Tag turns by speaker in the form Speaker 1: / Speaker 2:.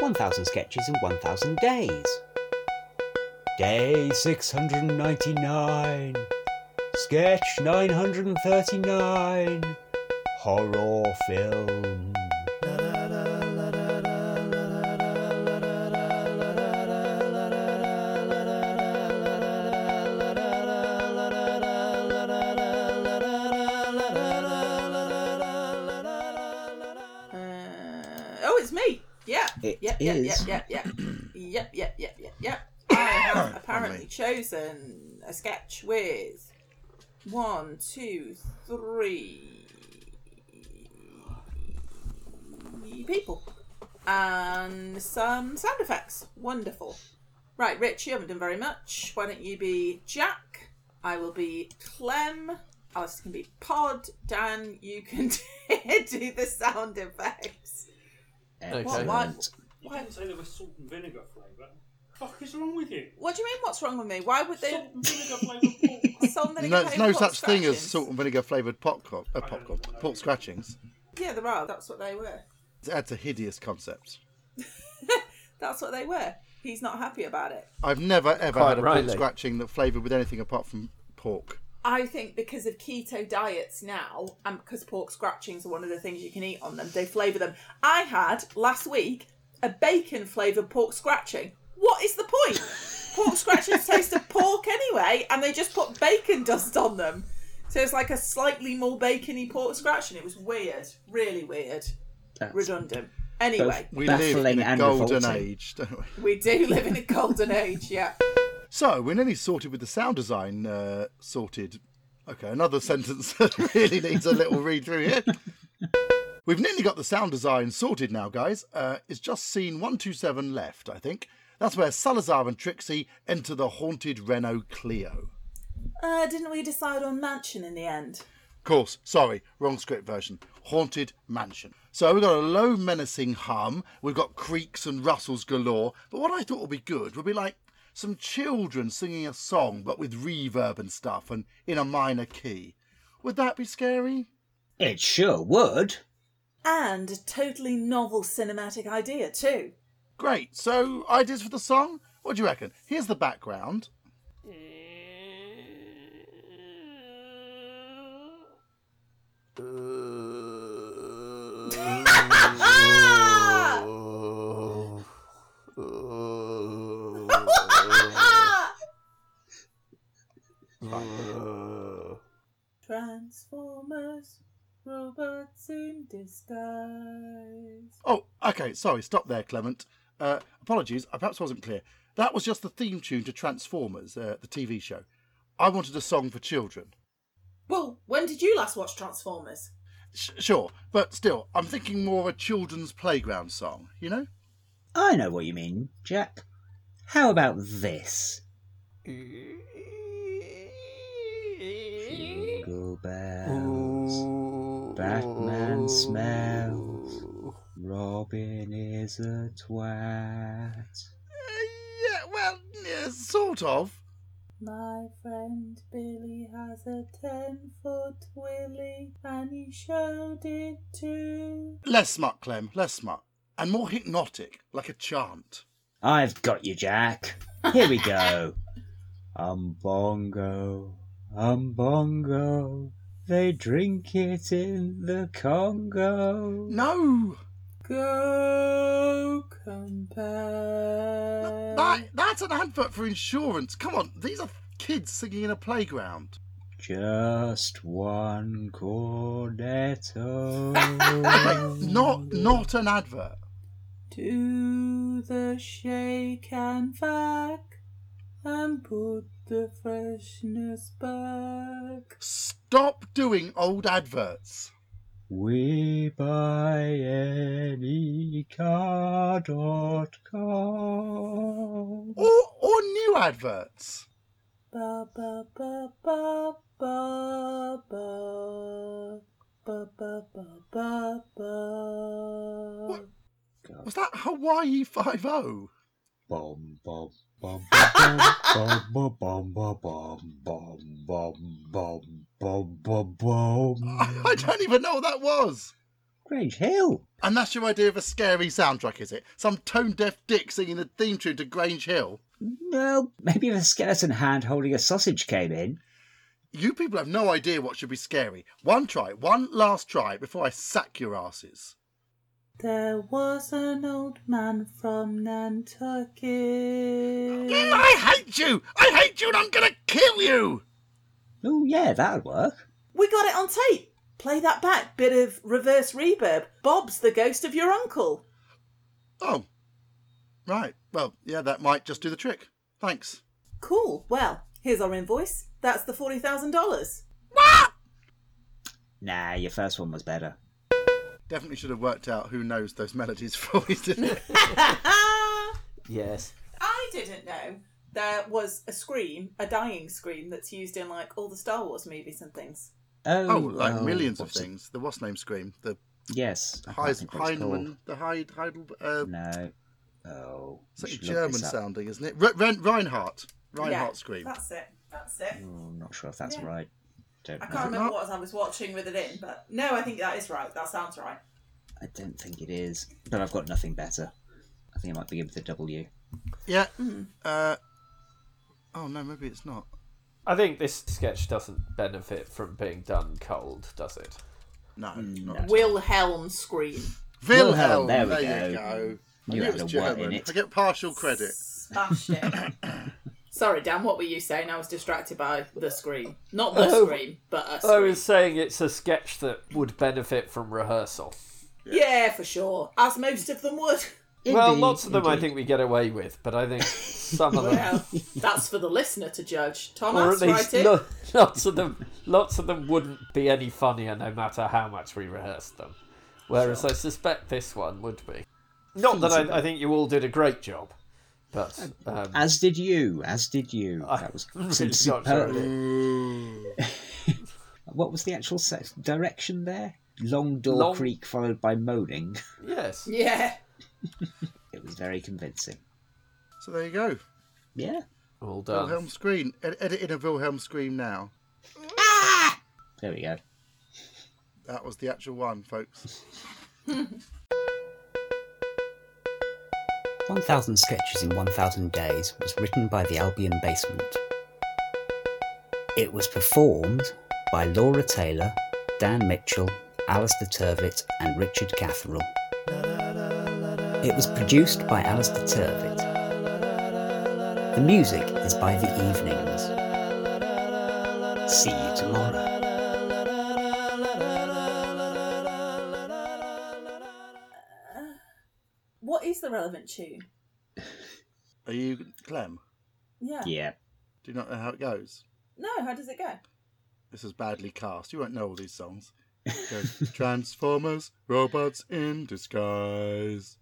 Speaker 1: 1000 Sketches in 1000 Days. Day 699. Sketch 939. Horror film.
Speaker 2: Uh, oh, it's me. Yeah.
Speaker 1: It
Speaker 2: Yep, yep, yep,
Speaker 1: is
Speaker 2: yep, yep, yep, yep, yep, yep, yep. I have apparently chosen a sketch with one, two, three people and some sound effects. Wonderful. Right, Rich, you haven't done very much. Why don't you be Jack? I will be Clem. Alice can be Pod. Dan, you can do the sound effects.
Speaker 1: excellent.
Speaker 2: What, what,
Speaker 3: I didn't say there was salt and vinegar flavour. Fuck is wrong with you?
Speaker 2: What do you mean? What's wrong with me? Why would they?
Speaker 3: Salt and vinegar flavour pork.
Speaker 2: Some that are
Speaker 4: No, there's no
Speaker 2: getting
Speaker 4: such thing as
Speaker 2: scratchings?
Speaker 4: salt and vinegar flavoured popcorn, uh, popcorn, pork scratchings.
Speaker 2: Yeah, there are. That's what they were.
Speaker 4: That's a hideous concept.
Speaker 2: That's what they were. He's not happy about it.
Speaker 4: I've never ever
Speaker 5: Quite
Speaker 4: had a
Speaker 5: rightly.
Speaker 4: pork scratching that flavoured with anything apart from pork.
Speaker 2: I think because of keto diets now, and because pork scratchings are one of the things you can eat on them, they flavour them. I had last week a bacon flavoured pork scratching. What is the point? Pork scratchings taste of pork anyway, and they just put bacon dust on them. So it's like a slightly more bacony pork scratching. It was weird, really weird,
Speaker 6: That's
Speaker 2: redundant. Anyway,
Speaker 4: We live
Speaker 6: Baffling
Speaker 4: in a
Speaker 6: and
Speaker 4: golden
Speaker 6: revolting.
Speaker 4: age, don't we?
Speaker 2: We do live in a golden age, yeah.
Speaker 4: So we're nearly sorted with the sound design. Uh, sorted. Okay, another sentence that really needs a little read through here. We've nearly got the sound design sorted now, guys. Uh, it's just scene 127 left, I think. That's where Salazar and Trixie enter the haunted Renault Clio.
Speaker 2: Uh, didn't we decide on mansion in the end?
Speaker 4: course, sorry, wrong script version. Haunted Mansion. So we've got a low menacing hum, we've got creaks and rustles galore, but what I thought would be good would be like some children singing a song but with reverb and stuff and in a minor key. Would that be scary?
Speaker 6: It sure would.
Speaker 2: And a totally novel cinematic idea, too.
Speaker 4: Great, so ideas for the song? What do you reckon? Here's the background.
Speaker 2: Ah! Transformers, robots in disguise.
Speaker 4: Oh, okay, sorry, stop there, Clement. Uh, apologies, I perhaps wasn't clear. That was just the theme tune to Transformers, uh, the TV show. I wanted a song for children.
Speaker 2: Well, when did you last watch Transformers?
Speaker 4: Sh- sure, but still, I'm thinking more of a children's playground song, you know?
Speaker 6: I know what you mean, Jack. How about this? Jingle bells, Batman smells, Robin is a twat.
Speaker 4: Uh, yeah, well, yeah, sort of.
Speaker 2: My friend Billy has a ten foot willy, and he showed it too.
Speaker 4: Less smart, Clem, less smart. And more hypnotic, like a chant.
Speaker 6: I've got you, Jack. Here we go. um bongo, um bongo. They drink it in the Congo.
Speaker 4: No!
Speaker 2: Go compare.
Speaker 4: That, that's an advert for insurance. Come on, these are kids singing in a playground.
Speaker 6: Just one cornetto.
Speaker 4: Not not an advert.
Speaker 2: Do the shake and back, and put the freshness back.
Speaker 4: Stop doing old adverts.
Speaker 6: We buy any car dot com.
Speaker 4: Or, or new adverts.
Speaker 2: Ba ba ba ba ba ba ba ba ba ba ba.
Speaker 4: What? Was that Hawaii 5
Speaker 6: Bum bum bum bum bum bum bum bum bum bum bum bum bum bum.
Speaker 4: I don't even know what that was.
Speaker 6: Grange Hill.
Speaker 4: And that's your idea of a scary soundtrack, is it? Some tone deaf dick singing the theme tune to Grange Hill?
Speaker 6: No, maybe if a skeleton hand holding a sausage came in.
Speaker 4: You people have no idea what should be scary. One try, one last try before I sack your asses.
Speaker 2: There was an old man from Nantucket.
Speaker 4: Mm, I hate you! I hate you and I'm gonna kill you!
Speaker 6: Oh, yeah, that'd work.
Speaker 2: We got it on tape. Play that back. Bit of reverse reverb. Bob's the ghost of your uncle.
Speaker 4: Oh. Right. Well, yeah, that might just do the trick. Thanks.
Speaker 2: Cool. Well, here's our invoice. That's the forty thousand dollars.
Speaker 6: Nah, your first one was better.
Speaker 4: Definitely should have worked out who knows those melodies for me, didn't it?
Speaker 2: I
Speaker 5: Yes.
Speaker 2: didn't know there was a scream, a dying scream that's used in like all the Star Wars movies and things.
Speaker 4: oh, like millions of
Speaker 6: what's it-
Speaker 4: things. The what's name scream? The
Speaker 6: Yes. I can't
Speaker 4: Heis-
Speaker 6: think what it's called.
Speaker 4: Heinemann. The Hyde. Heidel. Uh,
Speaker 6: No. Oh. we
Speaker 4: it's like
Speaker 6: should look
Speaker 4: German
Speaker 6: this up.
Speaker 4: sounding, isn't it? Re- Ren- Reinhardt. Reinhardt
Speaker 2: Yeah,
Speaker 4: scream.
Speaker 2: That's it. That's it.
Speaker 6: Oh, I'm not sure if that's
Speaker 2: Yeah.
Speaker 6: right. Don't
Speaker 2: I
Speaker 6: know.
Speaker 2: can't
Speaker 4: it
Speaker 2: remember
Speaker 4: not?
Speaker 2: what I was watching with it in, but no, I think that is right. That sounds right.
Speaker 6: I don't think it is, but I've got nothing better. I think it might begin with a W.
Speaker 4: Yeah.
Speaker 2: hmm.
Speaker 4: Uh, oh no, maybe it's not.
Speaker 5: I think this sketch doesn't benefit from being done cold, does it?
Speaker 4: No. not.
Speaker 2: Wilhelm scream.
Speaker 4: Wilhelm.
Speaker 6: Wilhelm, Hmm. there we
Speaker 4: there you
Speaker 6: go.
Speaker 4: go. I
Speaker 6: You
Speaker 4: knew
Speaker 6: had
Speaker 4: it was
Speaker 6: a word in
Speaker 4: German.
Speaker 6: it.
Speaker 4: I get partial credit.
Speaker 2: Smashed it. Sorry, Dan, what were you saying? I was distracted by the scream. Not the
Speaker 5: Oh.
Speaker 2: scream, but a
Speaker 5: I
Speaker 2: scream.
Speaker 5: was saying it's a sketch that would benefit from rehearsal.
Speaker 2: Yeah, for sure. As most of them would.
Speaker 5: well, lots of them I think we get away with, but I think some of them,
Speaker 2: Well, that's for the listener to judge.
Speaker 5: or at
Speaker 2: Thomas,
Speaker 5: least
Speaker 2: write it.
Speaker 5: lo- lots of them, lots of them wouldn't be any funnier no matter how much we rehearsed them. Whereas I suspect this one would be. Not that I, I think you all did a great job, but um,
Speaker 6: As did you. As did you. that was
Speaker 5: I'm
Speaker 6: some
Speaker 5: really not sure
Speaker 6: superb.
Speaker 5: it is.
Speaker 6: What was the actual se- direction there? Long Door
Speaker 5: Long-
Speaker 6: Creek followed by Moaning.
Speaker 5: Yes.
Speaker 2: Yeah.
Speaker 6: It was very convincing.
Speaker 4: So there you go.
Speaker 6: Yeah.
Speaker 5: All done.
Speaker 4: Wilhelm scream. Ed- edit in a Wilhelm scream now.
Speaker 6: There we go.
Speaker 4: That was the actual one, folks.
Speaker 1: 1000 Sketches in 1000 Days was written by the Albion Basement. It was performed by Laura Taylor, Dan Mitchell, Alistair Turvitt, and Richard Catherall. It was produced by Alistair Turvitt. The music is by The Evenings. See you tomorrow.
Speaker 2: What is the relevant tune?
Speaker 4: Are you Clem?
Speaker 2: Yeah.
Speaker 6: Yeah.
Speaker 4: Do you not know how it goes?
Speaker 2: No, how does it go?
Speaker 4: This is badly cast. You won't know all these songs. It goes, Transformers, robots in disguise.